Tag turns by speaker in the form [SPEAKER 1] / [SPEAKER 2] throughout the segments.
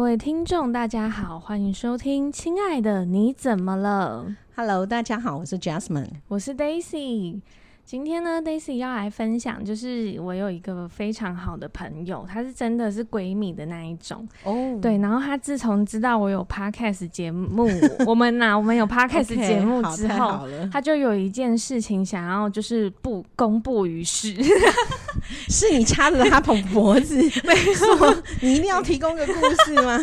[SPEAKER 1] 位听众，大家好，欢迎收听《亲爱的你怎么了》，
[SPEAKER 2] Hello，大家好，我是 Jasmine。
[SPEAKER 1] 我是 Daisy。今天呢，Daisy 要来分享，就是我有一个非常好的朋友，她是真的是闺蜜的那一种。
[SPEAKER 2] 哦，
[SPEAKER 1] 对，然后她自从知道我有 podcast 节目， 我们呐、我们有 podcast 节目之
[SPEAKER 2] 好太
[SPEAKER 1] 后。
[SPEAKER 2] 好了，
[SPEAKER 1] 她就有一件事情想要，就是不公布于 世，
[SPEAKER 2] 是你掐着他捧脖子，没错，你一定要提供个故事 吗？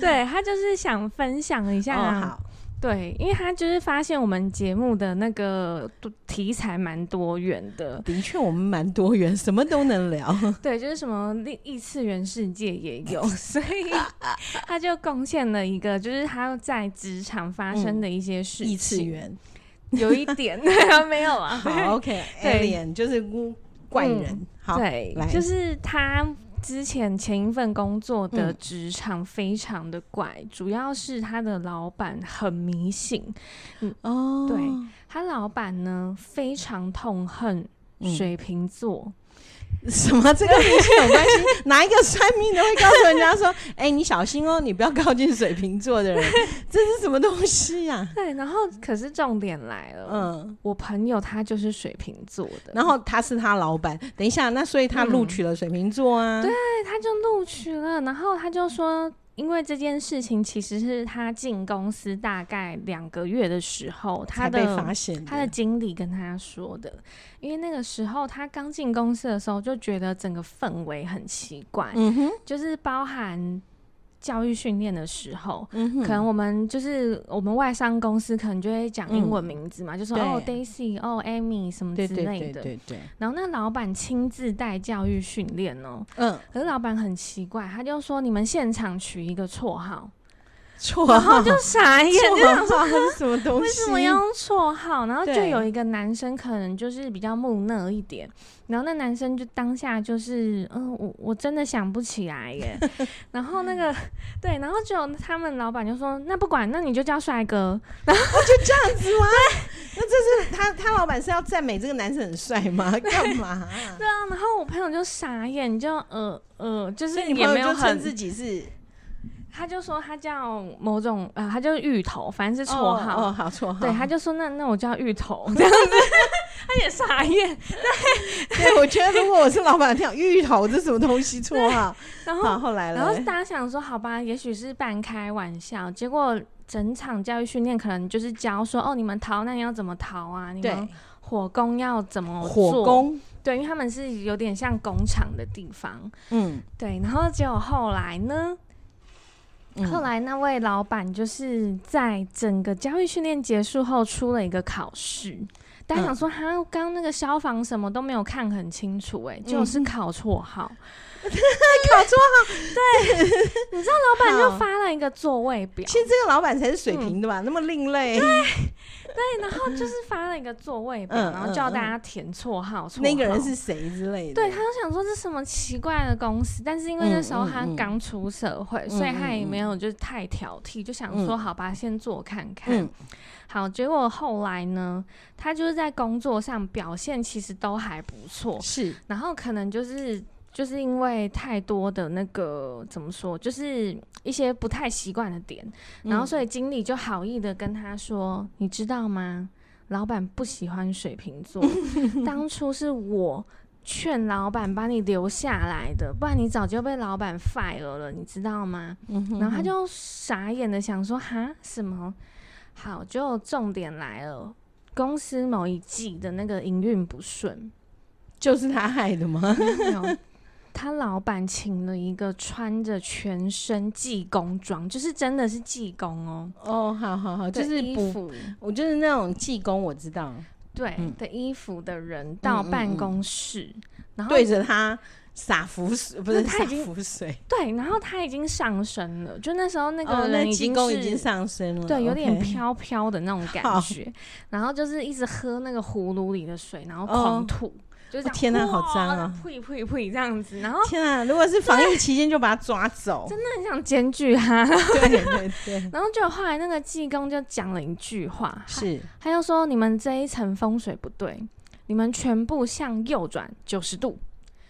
[SPEAKER 1] 对她就是想分享一下、
[SPEAKER 2] 哦，好，
[SPEAKER 1] 对，因为他就是发现我们节目的那个多题材蛮多元的，
[SPEAKER 2] 的确我们蛮多元，什么都能聊。
[SPEAKER 1] 对，就是什么异异次元世界也有， 所以 他就贡献了一个，就是他在职场发生的一些事情，
[SPEAKER 2] 嗯异次元，
[SPEAKER 1] 有一点 没有啊，
[SPEAKER 2] 好
[SPEAKER 1] 对嗯
[SPEAKER 2] ，OK，alien 就是孤怪人，好，
[SPEAKER 1] 对
[SPEAKER 2] 来，
[SPEAKER 1] 就是他之前前一份工作的
[SPEAKER 2] 嗯
[SPEAKER 1] 职场非常的怪，主要是他的老板很迷信，
[SPEAKER 2] 哦，
[SPEAKER 1] 对他老板呢非常痛恨
[SPEAKER 2] 嗯
[SPEAKER 1] 水瓶座。
[SPEAKER 2] 什么这个明星有关系？哪一个算命的会告诉人家说，哎，你小心哦，你不要靠近水瓶座的人，这是什么东西呀？
[SPEAKER 1] 对，然后可是重点来了，嗯，
[SPEAKER 2] 嗯。
[SPEAKER 1] 我朋友他就是水瓶座的，嗯
[SPEAKER 2] 然后他是他老板，等一下，那所以他录取了水瓶座啊，
[SPEAKER 1] 对对，他就录取了，然后他就说。因为这件事情其实是他进公司大概两个月的时候，他
[SPEAKER 2] 才被
[SPEAKER 1] 的
[SPEAKER 2] 发现
[SPEAKER 1] 他的经理跟他说的。因为那个时候他刚进公司的时候就觉得整个氛围很奇怪，
[SPEAKER 2] 嗯哼，
[SPEAKER 1] 就是包含教育训练的时候，
[SPEAKER 2] 嗯哼，
[SPEAKER 1] 可能我们就是我们外商公司可能就会讲英文名字嘛，就说
[SPEAKER 2] 嗯对
[SPEAKER 1] 哦 Daisy 哦 Amy 什么之
[SPEAKER 2] 对
[SPEAKER 1] 类的。
[SPEAKER 2] 对对对对，
[SPEAKER 1] 然后那老板亲自带教育训练哦，
[SPEAKER 2] 嗯，
[SPEAKER 1] 可是老板很奇怪，他就说你们现场取一个绰 号，
[SPEAKER 2] 错，
[SPEAKER 1] 然 后就傻眼，就想
[SPEAKER 2] 错是什么东西？
[SPEAKER 1] 为什么要用绰号？然后就
[SPEAKER 2] 对
[SPEAKER 1] 有一个男生可能就是比较木讷一点，然后那男生就当下就是，嗯、我我真的想不起来 耶。然后那个对，然后就他们老板就说，那不管，那你就叫帅哥。
[SPEAKER 2] 这样子吗？那这是 他他老板是要赞美这个男生很帅 吗？干嘛啊？
[SPEAKER 1] 对啊，然后我朋友就傻眼，就呃呃，就是
[SPEAKER 2] 所以你
[SPEAKER 1] 也
[SPEAKER 2] 朋
[SPEAKER 1] 没
[SPEAKER 2] 友
[SPEAKER 1] 有
[SPEAKER 2] 就称
[SPEAKER 1] 很
[SPEAKER 2] 自己是
[SPEAKER 1] 他就说他叫某种啊、呃，他叫芋头，反正是绰号。
[SPEAKER 2] 哦，哦好绰号，
[SPEAKER 1] 对，他就说那那我叫芋 头这样子，他也傻眼。
[SPEAKER 2] 对我觉得如果我是老板，跳芋头这什么东西 绰号？
[SPEAKER 1] 然后
[SPEAKER 2] 好，后来
[SPEAKER 1] 然后
[SPEAKER 2] 嘞，
[SPEAKER 1] 大家想说好吧，也许是半开玩笑，结果整场教育训练可能就是教说哦，你们逃难要怎么逃啊？你
[SPEAKER 2] 对
[SPEAKER 1] 们火攻要怎么
[SPEAKER 2] 火
[SPEAKER 1] 做？
[SPEAKER 2] 攻，
[SPEAKER 1] 对，因为他们是有点像工厂的地方。
[SPEAKER 2] 嗯，
[SPEAKER 1] 对，然后结果后来呢？
[SPEAKER 2] 嗯
[SPEAKER 1] 后来那位老板就是在整个教育训练结束后出了一个考试，大家想说他刚刚那个消防什么都没有看很清楚、
[SPEAKER 2] 嗯
[SPEAKER 1] 欸，哎，就是考错 号，考错号，对，你知道老板就
[SPEAKER 2] 好
[SPEAKER 1] 发了一个座位 表，
[SPEAKER 2] 其实这个老板才是
[SPEAKER 1] 嗯
[SPEAKER 2] 水平的吧？那么另类，
[SPEAKER 1] 啊对，然后就是发了一个座位表，
[SPEAKER 2] 嗯
[SPEAKER 1] 然后叫大家填绰号，绰号
[SPEAKER 2] 那个人是谁之类的？
[SPEAKER 1] 对，他就想说这什么奇怪的公司，但是因为那时候他
[SPEAKER 2] 嗯嗯嗯嗯
[SPEAKER 1] 刚出社会，所以他也没有就是太挑剔，就想说好吧，先做看看。
[SPEAKER 2] 嗯
[SPEAKER 1] 好，结果后来呢，他就是在工作上表现其实都还不错，
[SPEAKER 2] 是
[SPEAKER 1] 然后可能就是。就是因为太多的那个怎么说，就是一些不太习惯的点，
[SPEAKER 2] 嗯
[SPEAKER 1] 然后所以经理就好意的跟他说：“你知道吗？老板不喜欢水瓶 座，当初是我劝老板把你留下来的，不然你早就被老板 fire 了，你知道吗？”
[SPEAKER 2] 嗯
[SPEAKER 1] 然后他就傻眼的想说：“哈，什么？”好，就重点来了，公司某一季的那个营运不顺，
[SPEAKER 2] 就是他害的吗？
[SPEAKER 1] 没有，他老板请了一个穿着全身济公装，就是真的是济公哦，
[SPEAKER 2] 哦，好好好，就
[SPEAKER 1] 的
[SPEAKER 2] 是
[SPEAKER 1] 衣
[SPEAKER 2] 补，
[SPEAKER 1] 服
[SPEAKER 2] 我就是那种济公，我知道，
[SPEAKER 1] 对、
[SPEAKER 2] 嗯
[SPEAKER 1] 的衣服的人到办公室，然后
[SPEAKER 2] 对着他洒符水，不是
[SPEAKER 1] 那他
[SPEAKER 2] 洒
[SPEAKER 1] 已经
[SPEAKER 2] 符水，
[SPEAKER 1] 对然后他已经上身了，就那时候那
[SPEAKER 2] 哦
[SPEAKER 1] 个
[SPEAKER 2] 那
[SPEAKER 1] 人已
[SPEAKER 2] 济
[SPEAKER 1] 经
[SPEAKER 2] 公
[SPEAKER 1] 是
[SPEAKER 2] 已经上身了，
[SPEAKER 1] 对，有点
[SPEAKER 2] OK
[SPEAKER 1] 飘飘的那种感
[SPEAKER 2] 好
[SPEAKER 1] 觉，然后就是一直喝那个葫芦里的水，然后
[SPEAKER 2] 哦
[SPEAKER 1] 狂吐，就是这样
[SPEAKER 2] 哦天哪好
[SPEAKER 1] 哇
[SPEAKER 2] 脏啊
[SPEAKER 1] 呸呸呸这样子，然后
[SPEAKER 2] 天啊！如果是防疫期间，就把他抓走。
[SPEAKER 1] 真的很想检举他，
[SPEAKER 2] 对对 对，
[SPEAKER 1] 然后就后来那个济公就讲了一句话，
[SPEAKER 2] 是
[SPEAKER 1] 他就说：“你们这一层风水不对，你们全部向右转九十度，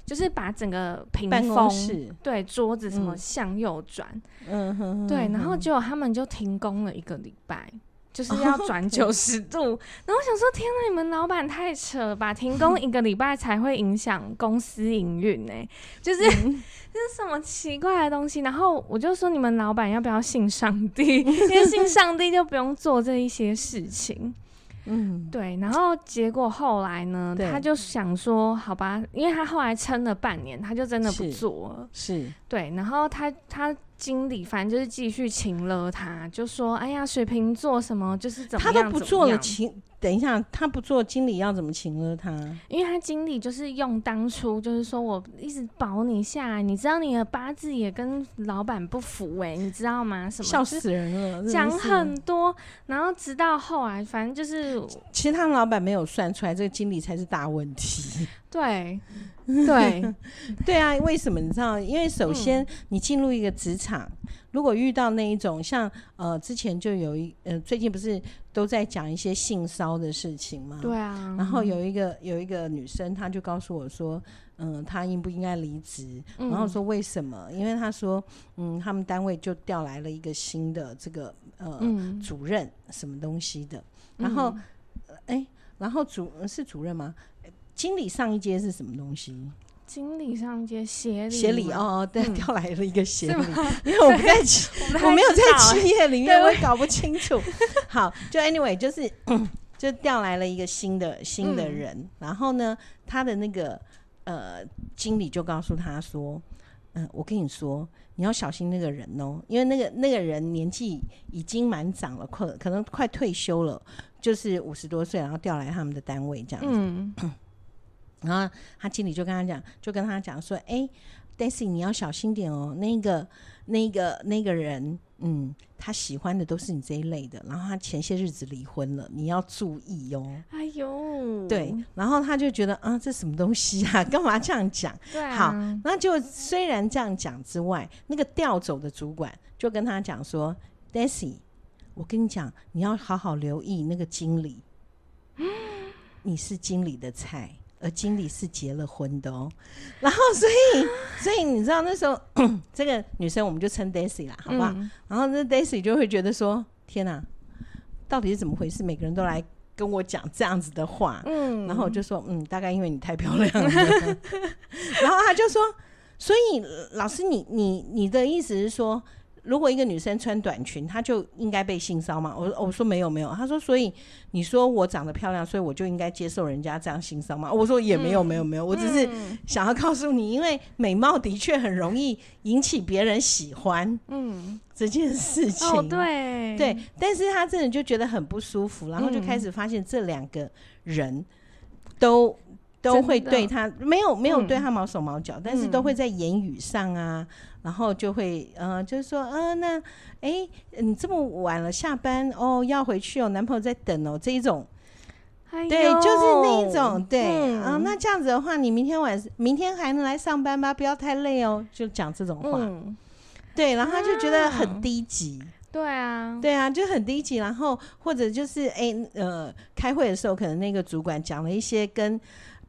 [SPEAKER 1] 就是把整个屏
[SPEAKER 2] 办
[SPEAKER 1] 风
[SPEAKER 2] 公室，
[SPEAKER 1] 对桌子什么
[SPEAKER 2] 嗯
[SPEAKER 1] 向右转，
[SPEAKER 2] 嗯哦哼哼
[SPEAKER 1] 对，然后
[SPEAKER 2] 哼
[SPEAKER 1] 结果他们就停工了一个礼拜，就是要转九十度。然后我想说，天哪，你们老板太扯了吧！停工一个礼拜才会影响公司营运呢，就是、
[SPEAKER 2] 嗯
[SPEAKER 1] 这是什么奇怪的东西？然后我就说，你们老板要不要信上帝？ 因为信上帝就不用做这一些事情。
[SPEAKER 2] 嗯，
[SPEAKER 1] 对，然后结果后来呢，
[SPEAKER 2] 对
[SPEAKER 1] 他就想说，好吧，因为他后来撑了半年，他就真的不
[SPEAKER 2] 是
[SPEAKER 1] 做了。
[SPEAKER 2] 是
[SPEAKER 1] 对，然后他他经理反正就是继续请了他，就说：“哎呀，水瓶座什么就是怎么
[SPEAKER 2] 他
[SPEAKER 1] 样
[SPEAKER 2] 都不
[SPEAKER 1] 怎么
[SPEAKER 2] 做了，
[SPEAKER 1] 样
[SPEAKER 2] 请等一下，他不做，经理要怎么请了他？
[SPEAKER 1] 因为他经理就是用当初就是说我一直保你下来，你知道你的八字也跟老板不符哎、你知道吗？什么
[SPEAKER 2] 笑
[SPEAKER 1] 就是
[SPEAKER 2] 死人了，真的
[SPEAKER 1] 讲
[SPEAKER 2] 是。
[SPEAKER 1] 很多，然后直到后来，反正就是
[SPEAKER 2] 其实他们老板没有算出来，这个经理才是大问题。
[SPEAKER 1] 对对
[SPEAKER 2] 对啊，为什么你知道？因为
[SPEAKER 1] 嗯
[SPEAKER 2] 首先你进入一个职场，如果遇到那一种像呃之前就有一呃最近不是都在讲一些性骚的事情吗？
[SPEAKER 1] 对啊，
[SPEAKER 2] 然后有一个有一个女生，她就告诉我说，嗯，她应不应该离职？
[SPEAKER 1] 嗯
[SPEAKER 2] 然后说为什么？因为她说，嗯，他们单位就调来了一个新的这个呃、
[SPEAKER 1] 嗯，
[SPEAKER 2] 主任什么东西的，然后
[SPEAKER 1] 嗯
[SPEAKER 2] 哎、然后主呃是主任吗？经理上一阶是什么东西？
[SPEAKER 1] 经理上街协理
[SPEAKER 2] 协理
[SPEAKER 1] 嘛，
[SPEAKER 2] 哦，哦对，
[SPEAKER 1] 嗯
[SPEAKER 2] 调来了一个协
[SPEAKER 1] 是
[SPEAKER 2] 理， 因为我 不在企，
[SPEAKER 1] 我不太
[SPEAKER 2] 我没有
[SPEAKER 1] 知
[SPEAKER 2] 在
[SPEAKER 1] 道欸
[SPEAKER 2] 企业里面，
[SPEAKER 1] 对
[SPEAKER 2] 我也搞不清 楚。好，就 anyway，就是就调来了一个新的新的
[SPEAKER 1] 嗯
[SPEAKER 2] 人，然后呢，他的那个呃经理就告诉他说，嗯、我跟你说，你要小心那个人哦，因为那个那个人年纪已经蛮长了，可可能快退休了，就是五十多岁，然后调来他们的单位这样子。
[SPEAKER 1] 嗯
[SPEAKER 2] 然后他经理就跟他讲，就跟他讲说：“哎、d a i s y 你要小心点哦，那个、那个、那个人，嗯，他喜欢的都是你这一类的。然后他前些日子离婚了，你要注意哦。
[SPEAKER 1] 哎呦，
[SPEAKER 2] 对，然后他就觉得啊，这什么东西啊，干嘛这样讲？
[SPEAKER 1] 对啊，
[SPEAKER 2] 好那就虽然这样讲之外，那个调走的主管就跟他讲说：“Daisy，我跟你讲，你要好好留意那个经理，你是经理的菜，而经理是结了婚的哦。”然后，所以，所以你知道那时候 这个女生我们就称 Daisy 啦，好不好？
[SPEAKER 1] 嗯
[SPEAKER 2] 然后那 Daisy 就会觉得说：“天哪、到底是怎么回事？每个人都来跟我讲这样子的话。”
[SPEAKER 1] 嗯，
[SPEAKER 2] 然后我就说，嗯，大概因为你太漂亮了。 然后他就说，所以呃老师你，你你的意思是说，如果一个女生穿短裙，她就应该被性骚吗？
[SPEAKER 1] 嗯
[SPEAKER 2] 我说我说没有没有。他说，所以你说我长得漂亮，所以我就应该接受人家这样性骚吗？我说也没有没有没有，我只是
[SPEAKER 1] 嗯
[SPEAKER 2] 想要告诉你，因为美貌的确很容易引起别人喜欢
[SPEAKER 1] 嗯，
[SPEAKER 2] 这件事情。啊
[SPEAKER 1] 哦，对
[SPEAKER 2] 对，但是他真的就觉得很不舒服，然后就
[SPEAKER 1] 嗯
[SPEAKER 2] 开始发现这两个人都、都
[SPEAKER 1] 真
[SPEAKER 2] 会
[SPEAKER 1] 的
[SPEAKER 2] 对他没有没有对
[SPEAKER 1] 嗯
[SPEAKER 2] 他毛手毛脚，但是都
[SPEAKER 1] 嗯
[SPEAKER 2] 会在言语上啊，然后就会呃，就是说，呃，那哎，你这么晚了下班哦，要回去哦，男朋友在等哦，这一种，
[SPEAKER 1] 哎呦，
[SPEAKER 2] 对，就是那一种，对
[SPEAKER 1] 嗯
[SPEAKER 2] 啊、那这样子的话，你明天晚明天还能来上班吗？不要太累哦，就讲这种话，
[SPEAKER 1] 嗯，
[SPEAKER 2] 对，然后他就觉得
[SPEAKER 1] 啊
[SPEAKER 2] 很低级。
[SPEAKER 1] 对啊，
[SPEAKER 2] 对啊，就很低级。然后或者就是哎、呃，开会的时候可能那个主管讲了一些跟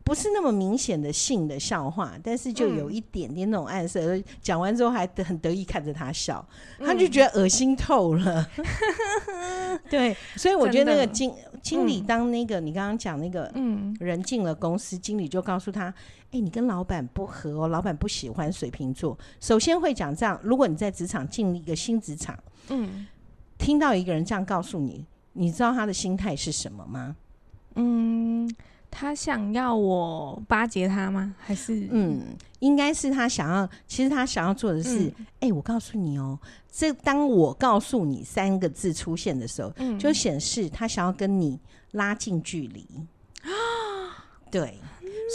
[SPEAKER 2] 不是那么明显的性的笑话，但是就有
[SPEAKER 1] 嗯
[SPEAKER 2] 一点点那种暗示。而讲完之后还得很得意看着他笑，
[SPEAKER 1] 嗯，
[SPEAKER 2] 他就觉得恶心透了。对，所以我觉得那
[SPEAKER 1] 真的
[SPEAKER 2] 个经经理
[SPEAKER 1] 嗯
[SPEAKER 2] 当那个、你刚刚讲那个
[SPEAKER 1] 嗯，
[SPEAKER 2] 人进了公司，经理就告诉他：“哎、你跟老板不合哦，老板不喜欢水瓶座。”首先会讲这样，如果你在职场进入一个新职场，
[SPEAKER 1] 嗯
[SPEAKER 2] 听到一个人这样告诉你，你知道他的心态是什么吗？
[SPEAKER 1] 嗯，他想要我巴结他吗？还是
[SPEAKER 2] 嗯，应该是他想要，其实他想要做的是，哎、我告诉你哦，这当我告诉你三个字出现的时候，
[SPEAKER 1] 嗯，
[SPEAKER 2] 就显示他想要跟你拉近距离对，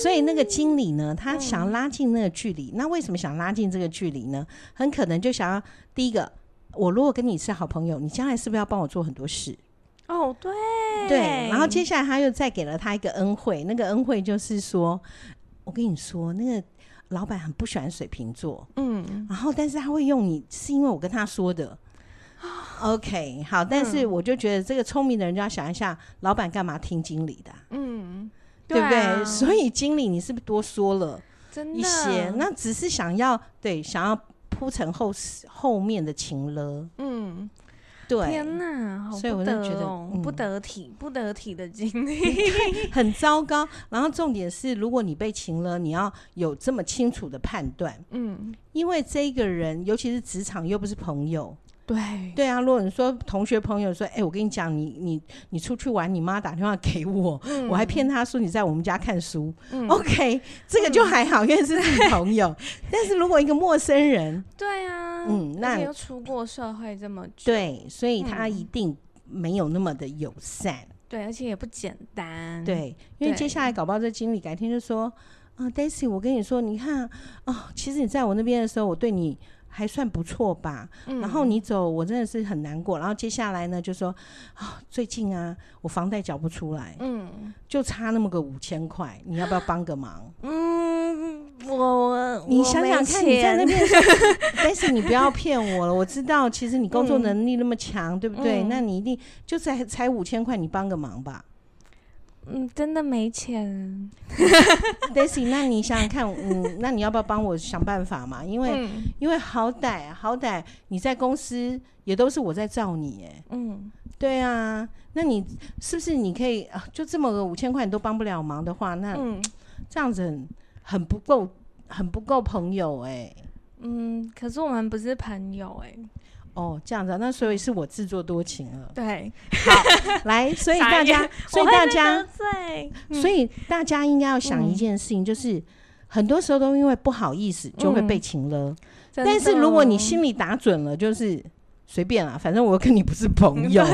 [SPEAKER 2] 所以那个经理呢，他想要拉近那个距离。那为什么想拉近这个距离呢？很可能就想要第一个，我如果跟你是好朋友，你将来是不是要帮我做很多事？
[SPEAKER 1] 哦，对
[SPEAKER 2] 对，然后接下来他又再给了他一个恩惠，那个恩惠就是说，我跟你说，那个老板很不喜欢水瓶座，
[SPEAKER 1] 嗯
[SPEAKER 2] 然后但是他会用你，是因为我跟他说的。OK，好，啊但是我就觉得这个聪明的人就要想一下，老板干嘛听经理的啊、
[SPEAKER 1] 嗯，
[SPEAKER 2] 对不
[SPEAKER 1] 啊
[SPEAKER 2] 对？所以经理，你是不是多说了？
[SPEAKER 1] 真的
[SPEAKER 2] 一些，那只是想要对想要铺成后后面的情了，
[SPEAKER 1] 嗯，
[SPEAKER 2] 对，
[SPEAKER 1] 天哪，好
[SPEAKER 2] 所以
[SPEAKER 1] 不
[SPEAKER 2] 我就
[SPEAKER 1] 得
[SPEAKER 2] 觉得
[SPEAKER 1] 哦
[SPEAKER 2] 嗯
[SPEAKER 1] 不得体，不得体的经历，
[SPEAKER 2] 很糟糕。然后重点是，如果你被情了，你要有这么清楚的判断，
[SPEAKER 1] 嗯，
[SPEAKER 2] 因为这个人，尤其是职场又不是朋友，
[SPEAKER 1] 对，
[SPEAKER 2] 对啊。如果你说同学朋友说，哎、我跟你讲，你你你出去玩，你妈打电话给我，我还骗她说你在我们家看书、
[SPEAKER 1] 嗯
[SPEAKER 2] o k 这个就还好，因为是自己朋 友。但是如果一个陌生人，
[SPEAKER 1] 对啊，
[SPEAKER 2] 嗯
[SPEAKER 1] 而
[SPEAKER 2] 那
[SPEAKER 1] 且又出过社会这么久，
[SPEAKER 2] 对，所以
[SPEAKER 1] 嗯
[SPEAKER 2] 他一定没有那么的友善。
[SPEAKER 1] 对，而且也不简单，，
[SPEAKER 2] 对，因为接
[SPEAKER 1] 嗯对
[SPEAKER 2] 下来搞不好这经理改天就说啊、d a i s y 我跟你说，你看啊、哦，其实你在我那边的时候，我对你还算不错吧。
[SPEAKER 1] 嗯
[SPEAKER 2] 然后你走，我真的是很难过。然后接下来呢，就说啊、最近啊，我房贷缴不出来，
[SPEAKER 1] 嗯
[SPEAKER 2] 就差那么个五千块，你要不要帮 个忙？
[SPEAKER 1] 嗯，我
[SPEAKER 2] 你想想看，你在那边但是你不要骗我了。我知道，其实你工作
[SPEAKER 1] 嗯
[SPEAKER 2] 能力那么强，对不对？
[SPEAKER 1] 嗯
[SPEAKER 2] 那你一定就才才五千块，你帮个忙吧。
[SPEAKER 1] 嗯，真的没钱，
[SPEAKER 2] Daisy，那你想想看，嗯，那你要不要帮我想办法嘛？因为、
[SPEAKER 1] 嗯
[SPEAKER 2] 因为好歹好歹你在公司也都是我在罩你，哎，
[SPEAKER 1] 嗯，
[SPEAKER 2] 对啊，那你是不是你可以啊？就这么个五千块你都帮不了忙的话，那
[SPEAKER 1] 嗯
[SPEAKER 2] 这样子很很不够，很不够朋友哎、
[SPEAKER 1] 嗯，可是我们不是朋友哎、。
[SPEAKER 2] 哦，这样子、啊，那所以是我自作多情了
[SPEAKER 1] 对，
[SPEAKER 2] 来，所以
[SPEAKER 1] 傻
[SPEAKER 2] 大家
[SPEAKER 1] 眼，
[SPEAKER 2] 所以
[SPEAKER 1] 我会嗯
[SPEAKER 2] 大
[SPEAKER 1] 被
[SPEAKER 2] 家
[SPEAKER 1] 得，罪，
[SPEAKER 2] 所以大家应该要想一件事情，
[SPEAKER 1] 嗯
[SPEAKER 2] 就是很多时候都因为不好意思就会被情了。
[SPEAKER 1] 真
[SPEAKER 2] 但是
[SPEAKER 1] 的
[SPEAKER 2] 如果你心里打准了，就是随便啦，反正我跟你不是朋友，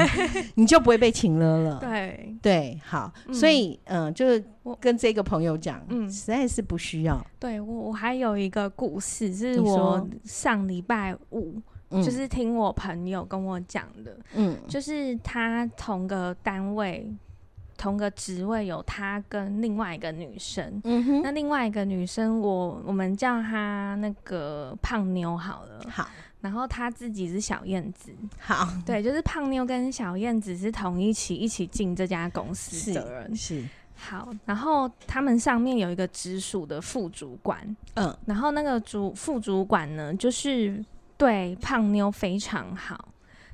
[SPEAKER 2] 你就不会被请了了。
[SPEAKER 1] 对
[SPEAKER 2] 对好，所以嗯、呃就是
[SPEAKER 1] 我
[SPEAKER 2] 跟这个朋友讲，
[SPEAKER 1] 嗯
[SPEAKER 2] 实在是不需要，
[SPEAKER 1] 对，我我还有一个故事，
[SPEAKER 2] 你
[SPEAKER 1] 是
[SPEAKER 2] 说
[SPEAKER 1] 我上礼拜五
[SPEAKER 2] 嗯，
[SPEAKER 1] 就是听我朋友跟我讲的，
[SPEAKER 2] 嗯
[SPEAKER 1] 就是他同个单位、同个职位有他跟另外一个女生。
[SPEAKER 2] 嗯哼，
[SPEAKER 1] 那另外一个女生我，我们叫她那个胖妞好了，
[SPEAKER 2] 好
[SPEAKER 1] 然后她自己是小燕子，
[SPEAKER 2] 好
[SPEAKER 1] 对，就是胖妞跟小燕子是同一起一起进这家公司的人。
[SPEAKER 2] 是，
[SPEAKER 1] 好，然后他们上面有一个直属的副主管，
[SPEAKER 2] 嗯
[SPEAKER 1] 然后那个主副主管呢，就是对胖妞非常好。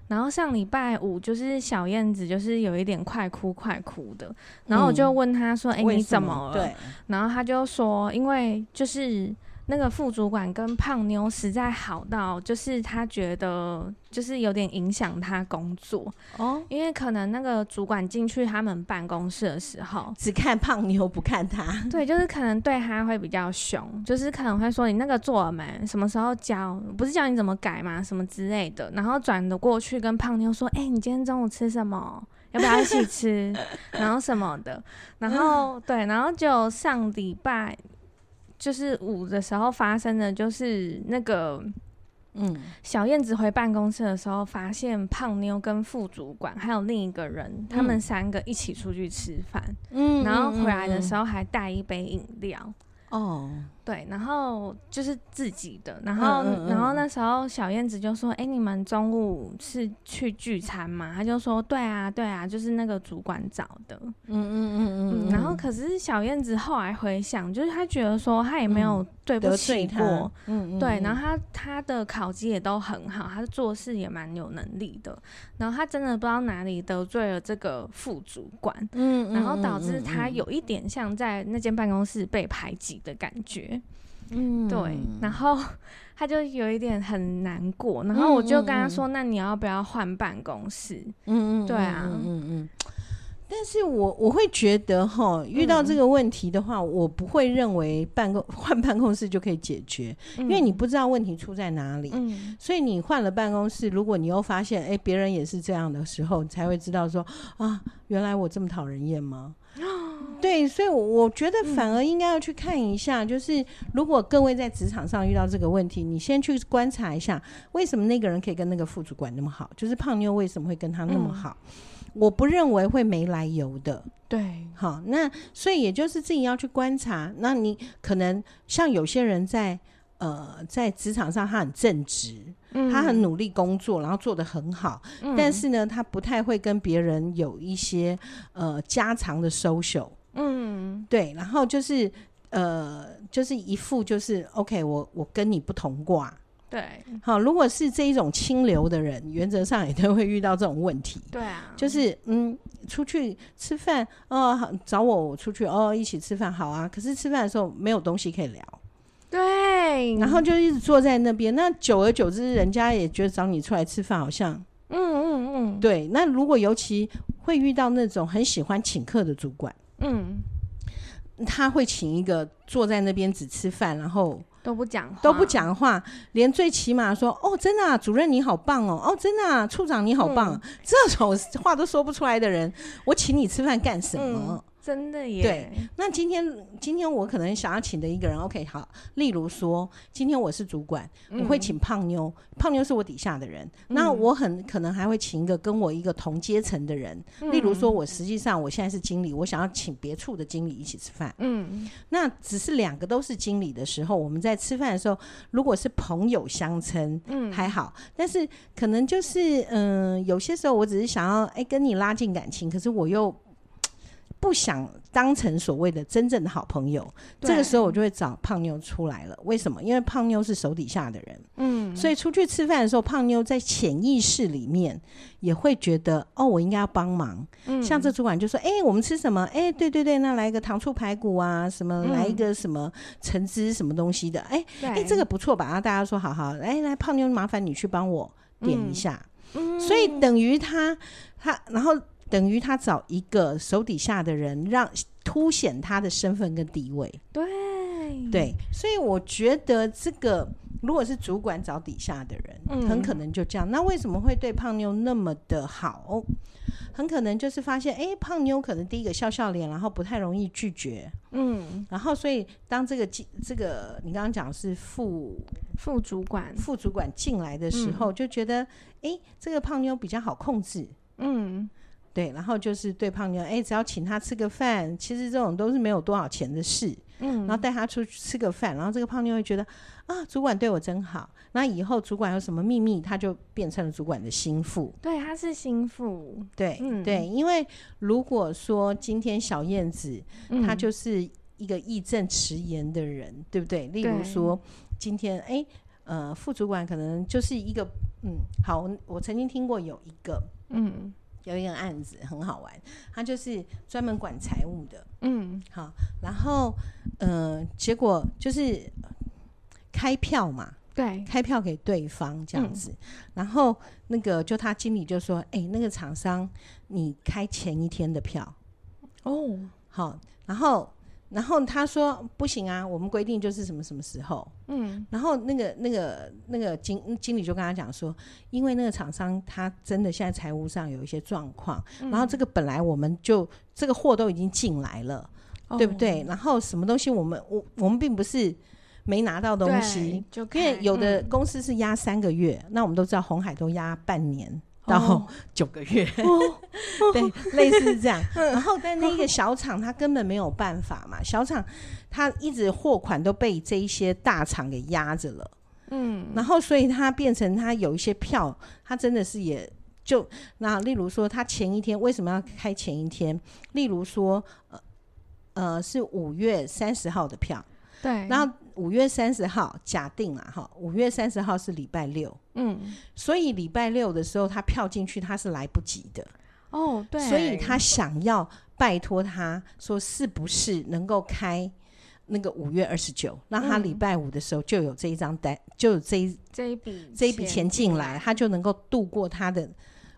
[SPEAKER 1] 然后上礼拜五就是小燕子，就是有一点快哭快哭的，然后我就问她说：“哎、
[SPEAKER 2] 为
[SPEAKER 1] 你
[SPEAKER 2] 什
[SPEAKER 1] 怎么了？”
[SPEAKER 2] 对，
[SPEAKER 1] 然后她就说：“因为就是那个副主管跟胖妞实在好到，就是她觉得就是有点影响她工作，
[SPEAKER 2] 哦，
[SPEAKER 1] 因为可能那个主管进去他们办公室的时候，
[SPEAKER 2] 只看胖妞不看他，
[SPEAKER 1] 对，就是可能对他会比较凶，就是可能会说你那个做了没，什么时候交，不是教你怎么改吗？什么之类的，然后转的过去跟胖妞说，哎、你今天中午吃什么？要不要一起吃？ 然后什么的，然后对，然后就上礼拜就是五的时候发生的，就是那个
[SPEAKER 2] 嗯
[SPEAKER 1] 小燕子回办公室的时候，发现胖妞跟副主管还有另一个人，他们
[SPEAKER 2] 嗯
[SPEAKER 1] 三个一起出去吃饭。
[SPEAKER 2] 嗯
[SPEAKER 1] 然后回来的时
[SPEAKER 2] 候，
[SPEAKER 1] 候还带一杯饮料，
[SPEAKER 2] 哦，
[SPEAKER 1] 对，然后就是自己的，然后、
[SPEAKER 2] 嗯嗯嗯
[SPEAKER 1] 然后那时候小燕子就说：“哎、你们中午是去聚餐吗？”他就说：“对啊，对啊，就是那个主管找的。
[SPEAKER 2] 嗯嗯
[SPEAKER 1] 嗯”然后可是小燕子后来回想，就是她觉得说她也没有对不
[SPEAKER 2] 嗯得
[SPEAKER 1] 起
[SPEAKER 2] 罪
[SPEAKER 1] 过，
[SPEAKER 2] 他，嗯
[SPEAKER 1] 对，然
[SPEAKER 2] 后
[SPEAKER 1] 后他他的考绩也都很好，他做事也蛮有能力的。然后他真的不知道哪里得罪了这个副主管，
[SPEAKER 2] 嗯
[SPEAKER 1] 然后导致他，有一点像在那间办公室被排挤的感觉，
[SPEAKER 2] 嗯
[SPEAKER 1] 对，然后他就有一点很难过，然后我就跟他说，
[SPEAKER 2] 嗯
[SPEAKER 1] 那你要不要换办公室？
[SPEAKER 2] 嗯嗯，
[SPEAKER 1] 对啊
[SPEAKER 2] 嗯嗯嗯。但是我我会觉得哈，遇到这个问题的话，我不会认为办公换办公室就可以解决，
[SPEAKER 1] 因
[SPEAKER 2] 因为你，不知道问题出在哪里。
[SPEAKER 1] 嗯
[SPEAKER 2] 所以你换了办公室，如果你又发现，哎、别人也是这样的时候，你才会知道说，啊，原来我这么讨人厌吗？
[SPEAKER 1] 哦
[SPEAKER 2] 对，所以我，我觉得
[SPEAKER 1] 嗯
[SPEAKER 2] 反而应该要去看一下，就是如果各位在职场上遇到这个问题，你先去观察一下，为什么那个人可以跟那个副主管那么好，就是胖妞为什么会跟他那么
[SPEAKER 1] 嗯
[SPEAKER 2] 好？我不认为会没来由的。
[SPEAKER 1] 对，
[SPEAKER 2] 好，那所以也就是自己要去观察。那你可能像有些人在呃在职场上，他很正直，
[SPEAKER 1] 嗯
[SPEAKER 2] 他很，努力工作，然后做得很好，
[SPEAKER 1] 嗯
[SPEAKER 2] 但，是呢，他不太会跟别人有一些呃家常的 social，
[SPEAKER 1] 嗯
[SPEAKER 2] 对，然后就是呃，就是一副就是 OK，我我跟你不同卦。
[SPEAKER 1] 对
[SPEAKER 2] 好，如果是这一种清流的人，原则上也都会遇到这种问题。
[SPEAKER 1] 对啊，
[SPEAKER 2] 就是嗯，出去吃饭哦，好找我我出去哦，一起吃饭好啊。可是吃饭的时候没有东西可以聊，
[SPEAKER 1] 对，
[SPEAKER 2] 然后就一直坐在那边。那久而久之，人家也觉得找你出来吃饭好像
[SPEAKER 1] 嗯嗯嗯，
[SPEAKER 2] 对。那如果尤其会遇到那种很喜欢请客的主管，
[SPEAKER 1] 嗯
[SPEAKER 2] 他会请一个坐在那边只吃饭，然后
[SPEAKER 1] 都不讲话，
[SPEAKER 2] 都不讲话，连最起码说哦，真的、啊，主任你好棒哦，哦，真的、啊，处长你好棒、
[SPEAKER 1] 嗯
[SPEAKER 2] 这种话都说不出来的人，我请你吃饭干什么？
[SPEAKER 1] 嗯真的耶，
[SPEAKER 2] 对那今天今天我可能想要请的一个人，OK，好，例如说，今天我是主管，
[SPEAKER 1] 嗯
[SPEAKER 2] 我会请胖妞，胖妞是我底下的人，那我很可能还会请一个跟我一个同阶层的人，
[SPEAKER 1] 嗯
[SPEAKER 2] 例如说，我实际上我现在是经理，我想要请别处的经理一起吃饭，
[SPEAKER 1] 嗯，
[SPEAKER 2] 那只是两个都是经理的时候，我们在吃饭的时候，如果是朋友相称，
[SPEAKER 1] 嗯
[SPEAKER 2] 还好，但是可能就是嗯、有些时候我只是想要哎、跟你拉近感情，可是我又不想当成所谓的真正的好朋友，这个时候我就会找胖妞出来了。为什么？因为胖妞是手底下的人，
[SPEAKER 1] 嗯，
[SPEAKER 2] 所以出去吃饭的时候，胖妞在潜意识里面也会觉得哦，我应该要帮忙。
[SPEAKER 1] 嗯
[SPEAKER 2] 像这主管就说：“哎、我们吃什么？哎、对对对，那来一个糖醋排骨啊，什么
[SPEAKER 1] 嗯
[SPEAKER 2] 来一个什么橙汁什么东西的，哎、哎、
[SPEAKER 1] 对
[SPEAKER 2] 这个不错吧？”啊，大家说：“好好，哎，来胖妞，麻烦你去帮我点一下。
[SPEAKER 1] 嗯
[SPEAKER 2] 所以等于他他，然后等于他找一个手底下的人，让凸显他的身份跟地位。
[SPEAKER 1] 对
[SPEAKER 2] 对，所以我觉得这个如果是主管找底下的人，
[SPEAKER 1] 嗯
[SPEAKER 2] 很可能就这样。那为什么会对胖妞那么的好？很可能就是发现，哎，胖妞可能第一个笑笑脸，然后不太容易拒绝，
[SPEAKER 1] 嗯，
[SPEAKER 2] 然后所以当这个进这个你刚刚讲是副
[SPEAKER 1] 副主管，
[SPEAKER 2] 副主管进来的时候，就觉得，哎，这个胖妞比较好控制。
[SPEAKER 1] 嗯，
[SPEAKER 2] 对，然后就是对胖妞，哎，只要请她吃个饭，其实这种都是没有多少钱的事。
[SPEAKER 1] 嗯，
[SPEAKER 2] 然后带他出去吃个饭，然后这个胖妞会觉得啊，主管对我真好。那以后主管有什么秘密，他就变成了主管的心腹。
[SPEAKER 1] 对，他是心腹，
[SPEAKER 2] 对、
[SPEAKER 1] 嗯
[SPEAKER 2] 对，因为如果说今天小燕子
[SPEAKER 1] 嗯
[SPEAKER 2] 她就是一个义正辞严的人，对不对？例如
[SPEAKER 1] 对
[SPEAKER 2] 说今天哎呃，副主管可能就是一个嗯，好，我我曾经听过有一个
[SPEAKER 1] 嗯
[SPEAKER 2] 有一个案子很好玩，他就是专门管财务的，
[SPEAKER 1] 嗯
[SPEAKER 2] 好，然后呃，结果就是开票嘛，
[SPEAKER 1] 对，
[SPEAKER 2] 开票给对方这样
[SPEAKER 1] 嗯
[SPEAKER 2] 子，然后那个就他经理就说：“哎、那个厂商你开前一天的票，
[SPEAKER 1] 哦，
[SPEAKER 2] 好，然后然后他说不行啊，我们规定就是什么什么时候。”
[SPEAKER 1] 嗯
[SPEAKER 2] 然后那个那个那个经经理就跟他讲说，因为那个厂商他真的现在财务上有一些状况，
[SPEAKER 1] 嗯
[SPEAKER 2] 然后这个本来我们就这个货都已经进来了，
[SPEAKER 1] 哦
[SPEAKER 2] 对不？对？然后什么东西我们我我们并不是没拿到
[SPEAKER 1] 哦
[SPEAKER 2] 东西，，
[SPEAKER 1] 对就
[SPEAKER 2] 因为
[SPEAKER 1] 看
[SPEAKER 2] 有的
[SPEAKER 1] 嗯
[SPEAKER 2] 公司是压三个月，那我们都知道红海都压半年到
[SPEAKER 1] 哦嗯
[SPEAKER 2] 九个月，对，类似这样。然后但
[SPEAKER 1] 哦
[SPEAKER 2] 那个小厂它根本没有办法嘛，小厂它一直货款都被这一些大厂给压着了，
[SPEAKER 1] 嗯
[SPEAKER 2] 然后所以它变成它有一些票，它真的是也。就那，例如说，他前一天为什么要开前一天？例如说，呃呃，是五月三十号的票，
[SPEAKER 1] 对，
[SPEAKER 2] 然后五月三十号假定啦哈，五月三十号是礼拜六，
[SPEAKER 1] 嗯
[SPEAKER 2] 所以礼拜六的时候他票进去他是来不及的，
[SPEAKER 1] 哦对，
[SPEAKER 2] 所以他想要拜托他说是不是能够开那个五月二十九，让他
[SPEAKER 1] 嗯
[SPEAKER 2] 礼拜五的时候就有这一张单，就有这一
[SPEAKER 1] 这一笔
[SPEAKER 2] 这一笔钱进来，，他就能够度过他的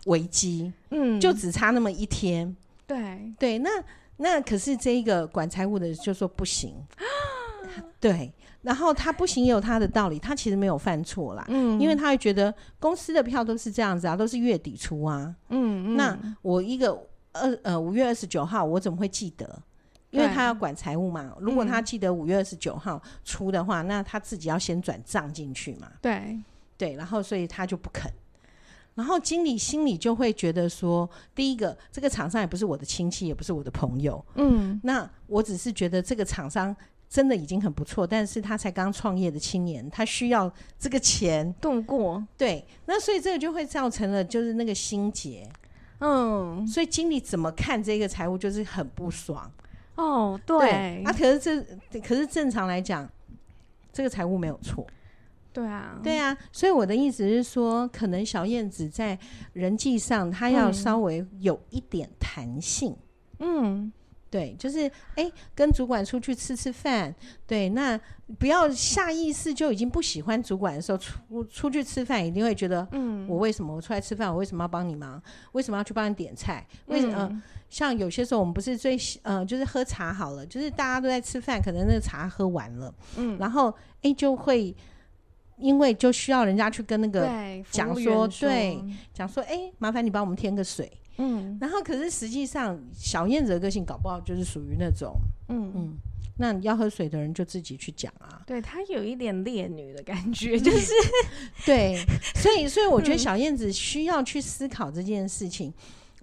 [SPEAKER 2] 危机，
[SPEAKER 1] 嗯，
[SPEAKER 2] 就只差那么一天。
[SPEAKER 1] 对，
[SPEAKER 2] 对，那那可是这一个管财务的就说不 行，对，然后他不行也有他的道理，他其实没有犯错啦，
[SPEAKER 1] 嗯
[SPEAKER 2] 因为他会觉得公司的票都是这样子啊，都是月底出啊，
[SPEAKER 1] 嗯嗯
[SPEAKER 2] 那我一个二呃五月二十九号我怎么会记得？因为
[SPEAKER 1] 对嗯
[SPEAKER 2] 他要管财务嘛，如果他记得五月二十九号出的话，那他自己要先转账进去嘛，
[SPEAKER 1] 对，
[SPEAKER 2] 对，然后所以他就不肯。然后经理心里就会觉得说，第一个，这个厂商也不是我的亲戚，也不是我的朋友，
[SPEAKER 1] 嗯
[SPEAKER 2] 那我只是觉得这个厂商真的已经很不错，但是他才刚创业的青年，他需要这个钱，
[SPEAKER 1] 度过，
[SPEAKER 2] 对，那所以这个就会造成了就是那个心结，
[SPEAKER 1] 嗯
[SPEAKER 2] 所以经理怎么看这个财务就是很不爽，
[SPEAKER 1] 哦，
[SPEAKER 2] 对
[SPEAKER 1] 对
[SPEAKER 2] 啊，，可是这可是正常来讲，这个财务没有错。
[SPEAKER 1] 对啊，
[SPEAKER 2] 对啊，所以我的意思是说，可能小燕子在人际上，她要
[SPEAKER 1] 嗯
[SPEAKER 2] 稍微有一点弹性。
[SPEAKER 1] 嗯，
[SPEAKER 2] 对，就是哎、跟主管出去吃吃饭，对，那不要下意识就已经不喜欢主管的时候，出出去吃饭一定会觉得，嗯，我为什么我出来吃饭，我为什么要帮你忙，为什么要去帮你点菜，为什么、呃
[SPEAKER 1] 嗯
[SPEAKER 2] 像有些时候我们不是最喜呃，就是喝茶好了，就是大家都在吃饭，可能那个茶喝完了，嗯，然后哎、就会因为就需要人家去跟那个
[SPEAKER 1] 对服
[SPEAKER 2] 呃讲
[SPEAKER 1] 务
[SPEAKER 2] 说
[SPEAKER 1] 员说
[SPEAKER 2] 对，讲说，哎、麻烦你帮我们添个水，
[SPEAKER 1] 嗯
[SPEAKER 2] 然后可是实际上小燕子的个性搞不好就是属于那种。
[SPEAKER 1] 嗯，。
[SPEAKER 2] 嗯，那你要喝水的人就自己去讲啊
[SPEAKER 1] 对她有一点烈女的感觉，
[SPEAKER 2] 嗯
[SPEAKER 1] 就是
[SPEAKER 2] 对， 所以所以我觉
[SPEAKER 1] 嗯
[SPEAKER 2] 得小燕子需要去思考这件事情，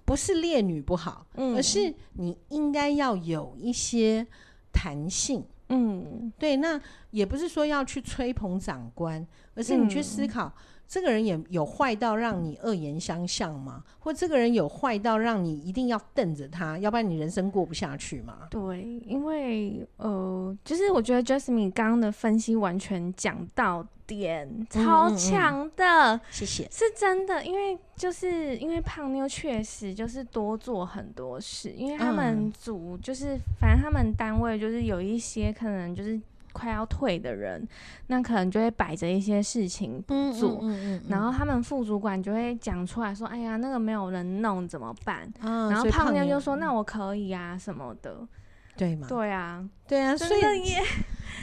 [SPEAKER 2] 不是烈女不好，
[SPEAKER 1] 嗯
[SPEAKER 2] 而是你应该要有一些弹性。
[SPEAKER 1] 嗯
[SPEAKER 2] 对，那也不是说要去吹捧长官，而是你去
[SPEAKER 1] 嗯
[SPEAKER 2] 思考，这个人也有坏到让你恶言相向吗？或这个人有坏到让你一定要瞪着他，要不然你人生过不下去吗？
[SPEAKER 1] 对，因为呃，就是我觉得 Jasmine 刚刚的分析完全讲到点，超
[SPEAKER 2] 嗯嗯
[SPEAKER 1] 强的。
[SPEAKER 2] 谢谢。
[SPEAKER 1] 是真的，因为就是因为胖妞确实就是多做很多事，因为他们
[SPEAKER 2] 嗯
[SPEAKER 1] 组就是、反正他们单位就是有一些可能就是快要退的人，那可能就会摆着一些事情。
[SPEAKER 2] 嗯
[SPEAKER 1] 做
[SPEAKER 2] 嗯
[SPEAKER 1] 然后他们副主管就会讲出来说：“哎呀，那个没有人弄怎么办？”
[SPEAKER 2] 啊
[SPEAKER 1] 然后
[SPEAKER 2] 所以
[SPEAKER 1] 胖妞
[SPEAKER 2] 妞
[SPEAKER 1] 就说：“那我可以啊，什么的。
[SPEAKER 2] 对”嘛，
[SPEAKER 1] 对啊，
[SPEAKER 2] 对啊，所
[SPEAKER 1] 真
[SPEAKER 2] 以
[SPEAKER 1] 的耶，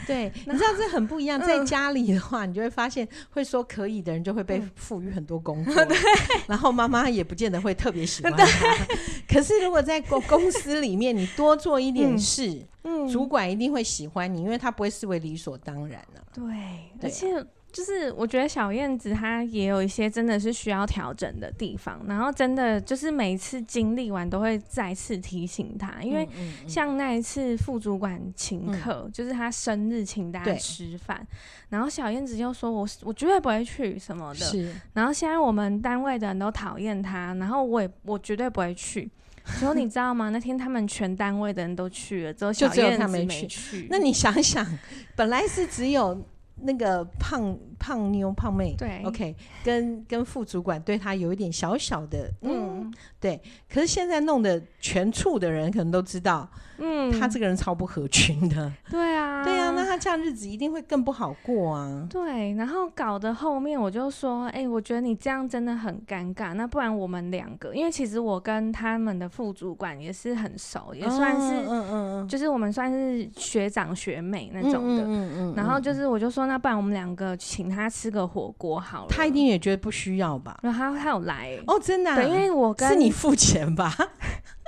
[SPEAKER 2] 对，你知道这很不一样。
[SPEAKER 1] 嗯
[SPEAKER 2] 在家里的话，你就会发现，会说可以的人就会被
[SPEAKER 1] 嗯
[SPEAKER 2] 赋予很 多工作，然后妈妈也不见得会特别喜欢他。可是如果在公公司里面，你多做一点
[SPEAKER 1] 嗯
[SPEAKER 2] 事，
[SPEAKER 1] 嗯，
[SPEAKER 2] 主管一定会喜欢你，因为他不会视为理所当然啊。
[SPEAKER 1] 对，
[SPEAKER 2] 对
[SPEAKER 1] 而
[SPEAKER 2] 啊
[SPEAKER 1] 且就是我觉得小燕子她也有一些真的是需要调整的地方，然后真的就是每次经历完都会再次提醒她，因为
[SPEAKER 2] 嗯嗯嗯
[SPEAKER 1] 像那一次副主管请客，就是她生日请大家
[SPEAKER 2] 对
[SPEAKER 1] 吃饭，然后小燕子就说我我绝对不会去什么的，
[SPEAKER 2] 是
[SPEAKER 1] 然后现在我们单位的人都讨厌她，然后我也我绝对不会去。结果你知道吗？那天他们全单位的人都去了，只有
[SPEAKER 2] 就
[SPEAKER 1] 小
[SPEAKER 2] 只有
[SPEAKER 1] 燕
[SPEAKER 2] 她
[SPEAKER 1] 子
[SPEAKER 2] 没
[SPEAKER 1] 没
[SPEAKER 2] 去
[SPEAKER 1] 去。
[SPEAKER 2] 那你想想，本来是只有那个胖胖妞胖妹。
[SPEAKER 1] 对
[SPEAKER 2] OK，跟跟副主管对他有一点小小的，嗯，
[SPEAKER 1] 嗯
[SPEAKER 2] 可是现在弄的全处的人可能都知道，
[SPEAKER 1] 嗯，
[SPEAKER 2] 他这个人超不合群的。
[SPEAKER 1] 对啊，
[SPEAKER 2] 对啊，那他这样日子一定会更不好过啊。
[SPEAKER 1] 对，然后搞得后面我就说，哎、我觉得你这样真的很尴尬。那不然我们两个，因为其实我跟他们的副主管也是很熟，也算
[SPEAKER 2] 嗯
[SPEAKER 1] 是，
[SPEAKER 2] 嗯嗯嗯
[SPEAKER 1] 就是我们算是学长学妹那种的。
[SPEAKER 2] 嗯嗯
[SPEAKER 1] 然后就是我就说，那不然我们两个请他吃个火锅好了。
[SPEAKER 2] 他一定，也觉得不需要吧？
[SPEAKER 1] 然后他他有来、欸
[SPEAKER 2] 哦，真的啊、
[SPEAKER 1] 对，因为我跟
[SPEAKER 2] 是你付钱吧？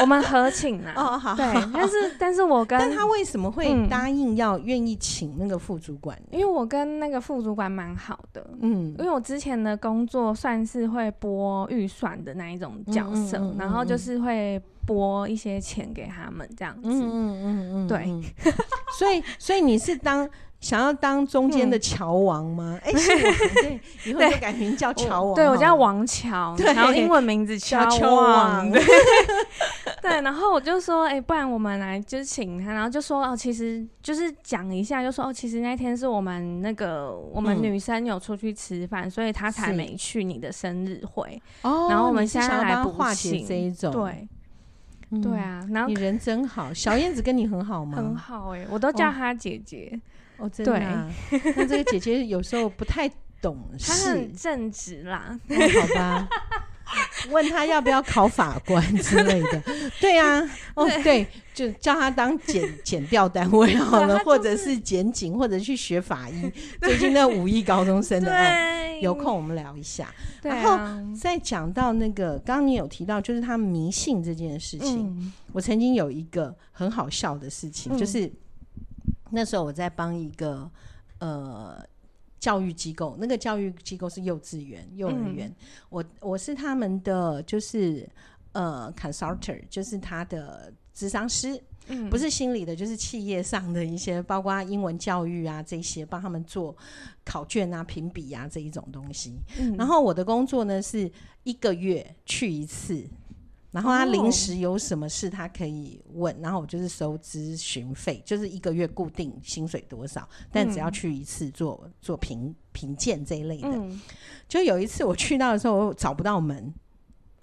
[SPEAKER 1] 我们合请啦。
[SPEAKER 2] 哦，好。
[SPEAKER 1] 对，但是但是我跟
[SPEAKER 2] 但他为什么会
[SPEAKER 1] 嗯
[SPEAKER 2] 答应要愿意请那个副主管呢？
[SPEAKER 1] 因为我跟那个副主管蛮好的，
[SPEAKER 2] 嗯
[SPEAKER 1] 因为我之前的工作算是会拨预算的那一种角色，
[SPEAKER 2] 嗯嗯嗯嗯
[SPEAKER 1] 然后就是会拨一些钱给他们这样子。
[SPEAKER 2] 嗯嗯
[SPEAKER 1] 对，
[SPEAKER 2] 所以所以你是当想要当中间的桥王吗？哎，是我对，以后
[SPEAKER 1] 嗯对
[SPEAKER 2] 就改名叫
[SPEAKER 1] 我
[SPEAKER 2] 桥王好了。
[SPEAKER 1] 对我叫王乔，
[SPEAKER 2] 对
[SPEAKER 1] 然后英文名 字乔
[SPEAKER 2] 小乔王。
[SPEAKER 1] 对对，然后我就说，哎、不然我们来就是请他，然后就说哦，其实就是讲一下，就说哦，其实那天是我们那个我们
[SPEAKER 2] 嗯
[SPEAKER 1] 女生有出去吃饭，所以他才
[SPEAKER 2] 是
[SPEAKER 1] 没去你的生日会。
[SPEAKER 2] 哦，
[SPEAKER 1] 然后我们
[SPEAKER 2] 你是
[SPEAKER 1] 现在
[SPEAKER 2] 想要
[SPEAKER 1] 来
[SPEAKER 2] 帮他
[SPEAKER 1] 补
[SPEAKER 2] 化解
[SPEAKER 1] 信
[SPEAKER 2] 这一种，
[SPEAKER 1] 对
[SPEAKER 2] 嗯
[SPEAKER 1] 对啊，然后
[SPEAKER 2] 你人真好，小燕子跟你很好吗？
[SPEAKER 1] 很好哎、我都叫她姐姐。
[SPEAKER 2] 哦，真的、啊。那这个姐姐有时候不太懂
[SPEAKER 1] 他
[SPEAKER 2] 事
[SPEAKER 1] 很，正直啦，
[SPEAKER 2] 哦好吧？问她要不要考法官之类的， 对啊，哦对，就叫她当 检检调单位好了，
[SPEAKER 1] 她就是
[SPEAKER 2] 或者是检警，或者去学法医。最近那五亿高中生的案，
[SPEAKER 1] 对，
[SPEAKER 2] 有空我们聊一下。
[SPEAKER 1] 对啊，
[SPEAKER 2] 然再讲到那个，刚刚你有提到，就是他迷信这件事情，
[SPEAKER 1] 嗯
[SPEAKER 2] 我曾经有一个很好笑的事情，
[SPEAKER 1] 嗯
[SPEAKER 2] 就是那时候我在帮一个呃教育机构，那个教育机构是幼稚园、幼儿
[SPEAKER 1] 嗯
[SPEAKER 2] 园，我我是他们的就是呃 consultant，就是他的智商师，
[SPEAKER 1] 嗯，
[SPEAKER 2] 不是心理的，就是企业上的一些，包括英文教育啊这些，帮他们做考卷啊、评比啊这一种东西。
[SPEAKER 1] 嗯，
[SPEAKER 2] 然后我的工作呢是一个月去一次，然后他
[SPEAKER 1] 哦
[SPEAKER 2] 临时有什么事他可以问，然后我就是收咨询费，就是一个月固定薪水多少，但只要去一次做、做评评鉴这一类的。
[SPEAKER 1] 嗯，
[SPEAKER 2] 就有一次我去到的时候，我找不到门，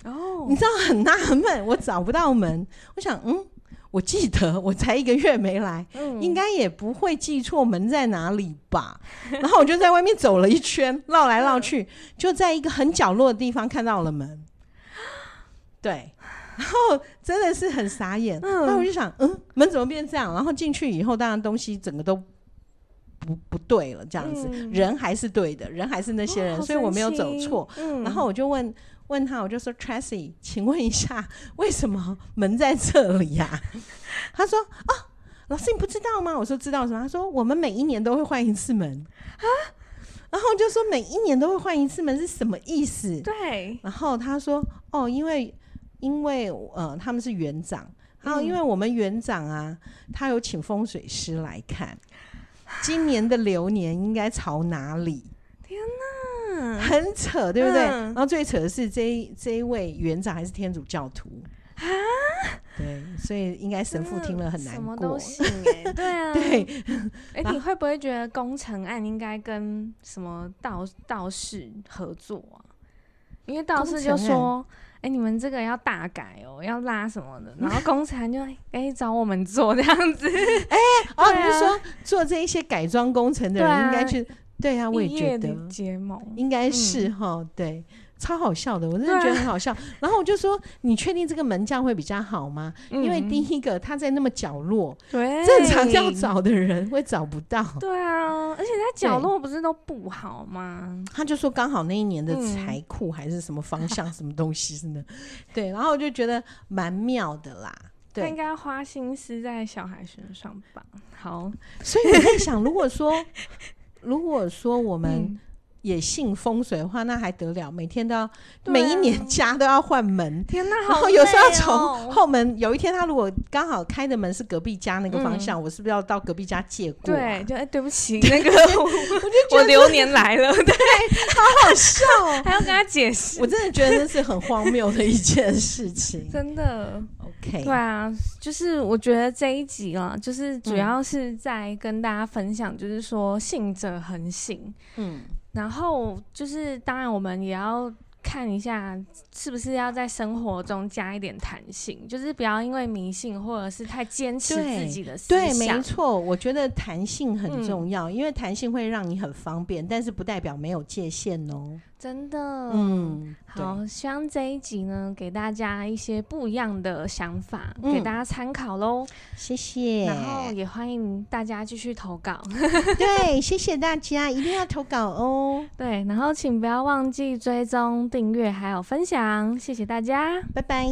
[SPEAKER 1] 哦
[SPEAKER 2] 你，知道很纳闷，我找不到门，我想嗯。我记得我才一个月没来，
[SPEAKER 1] 嗯
[SPEAKER 2] 应该也不会记错门在哪里吧。然后我就在外面走了一圈，绕来绕去，就在一个很角落的地方看到了门。对，然后真的是很傻眼。
[SPEAKER 1] 嗯
[SPEAKER 2] 那、我就想，嗯，门怎么变这样？然后进去以后，当然东西整个都不不对了，这样子。
[SPEAKER 1] 嗯
[SPEAKER 2] 人还是对的，人还是那些人，
[SPEAKER 1] 哦
[SPEAKER 2] 所以我没有走错。。
[SPEAKER 1] 好神奇嗯，
[SPEAKER 2] 然后我就问问他，我就说 Tracy，请问一下， 为什么门在这里呀、 他说哦，老师你不知道吗？我说知道什么？他说我们每一年都会换一次门啊。然后我就说每一年都会换一次门是什么意思？
[SPEAKER 1] 对，
[SPEAKER 2] 然后他说哦，因为因为呃他们是园长，然后
[SPEAKER 1] 嗯
[SPEAKER 2] 因为我们园长啊，他有请风水师来看。今年的流年应该朝哪里？
[SPEAKER 1] 嗯，
[SPEAKER 2] 很扯，对不对？
[SPEAKER 1] 嗯
[SPEAKER 2] 然后最扯的是这一这一位园长还是天主教徒啊，对，所以应该神父听了很难
[SPEAKER 1] 嗯什么
[SPEAKER 2] 过
[SPEAKER 1] 都。 信哎，对啊，
[SPEAKER 2] 对，
[SPEAKER 1] 哎，你会不会觉得工程案应该跟什么道道士合作啊？因为道士就
[SPEAKER 2] 工程
[SPEAKER 1] 说：“哎、你们这个要大改哦，要拉什么的。”然后工程案就哎、找我们做这样子，
[SPEAKER 2] 哦，
[SPEAKER 1] 对啊
[SPEAKER 2] 你是说做这一些改装工程的
[SPEAKER 1] 对
[SPEAKER 2] 人
[SPEAKER 1] 啊
[SPEAKER 2] 应该去？对啊，我也
[SPEAKER 1] 异
[SPEAKER 2] 觉
[SPEAKER 1] 业嗯
[SPEAKER 2] 得
[SPEAKER 1] 的结盟。
[SPEAKER 2] 应该是哈，对。超好笑的，我真的觉得很好笑。
[SPEAKER 1] 啊
[SPEAKER 2] 然后我就说：“你确定这个门这样会比较好吗？因为
[SPEAKER 1] 嗯
[SPEAKER 2] 第一个，他在那么角落，
[SPEAKER 1] 对
[SPEAKER 2] 正常要找的人会找不到。
[SPEAKER 1] 对啊，而且它角
[SPEAKER 2] 对
[SPEAKER 1] 落不是都不好吗？
[SPEAKER 2] 他就说刚好那一年的
[SPEAKER 1] 嗯
[SPEAKER 2] 财库还是什么方向什么东西是 呢？对，然后我就觉得蛮妙的啦。
[SPEAKER 1] 他应
[SPEAKER 2] 对，
[SPEAKER 1] 该要花心思在小孩身上吧。好，
[SPEAKER 2] 所以我在想，如果说 如果说我
[SPEAKER 1] 嗯
[SPEAKER 2] 们也信风水的话，那还得了？每天都要、
[SPEAKER 1] 对啊
[SPEAKER 2] 每一年家都要换门，
[SPEAKER 1] 天 哪，
[SPEAKER 2] 然
[SPEAKER 1] 啊好
[SPEAKER 2] 后有时候要
[SPEAKER 1] 累
[SPEAKER 2] 从
[SPEAKER 1] 哦
[SPEAKER 2] 后门。有一天他如果刚好开的门是隔壁家那个方向，我是不是要到隔壁家借过、啊？
[SPEAKER 1] 嗯对，，就哎、对不起，那个我我流年来了，对，
[SPEAKER 2] 好笑哦！
[SPEAKER 1] 还要跟他解释，。
[SPEAKER 2] 我真的觉得那是很荒谬的一件事情
[SPEAKER 1] 真 的。
[SPEAKER 2] OK，
[SPEAKER 1] 对啊，就是我觉得这一集啊，就是
[SPEAKER 2] 嗯
[SPEAKER 1] 主要是在跟大家分享，就是说信者恒信，
[SPEAKER 2] 嗯，
[SPEAKER 1] 然后就是当然我们也要。看一下是不是要在生活中加一点弹性，就是不要因为迷信或者是太坚持
[SPEAKER 2] 对
[SPEAKER 1] 自己的思
[SPEAKER 2] 对，
[SPEAKER 1] 想。嗯
[SPEAKER 2] 没错，我觉得弹性很重要，因为弹性会让你很方便，但是不代表没有界限哦。
[SPEAKER 1] 真的。
[SPEAKER 2] 嗯，对，
[SPEAKER 1] 好，希望这一集呢，给大家一些不一样的想法，
[SPEAKER 2] 嗯
[SPEAKER 1] 给大家参考喽。
[SPEAKER 2] 谢谢。
[SPEAKER 1] 然后也欢迎大家继续投稿，
[SPEAKER 2] 对，谢谢大家，一定要投稿哦，
[SPEAKER 1] 对，然后请不要忘记追踪、订阅还有分享，谢谢大家。
[SPEAKER 2] 拜拜。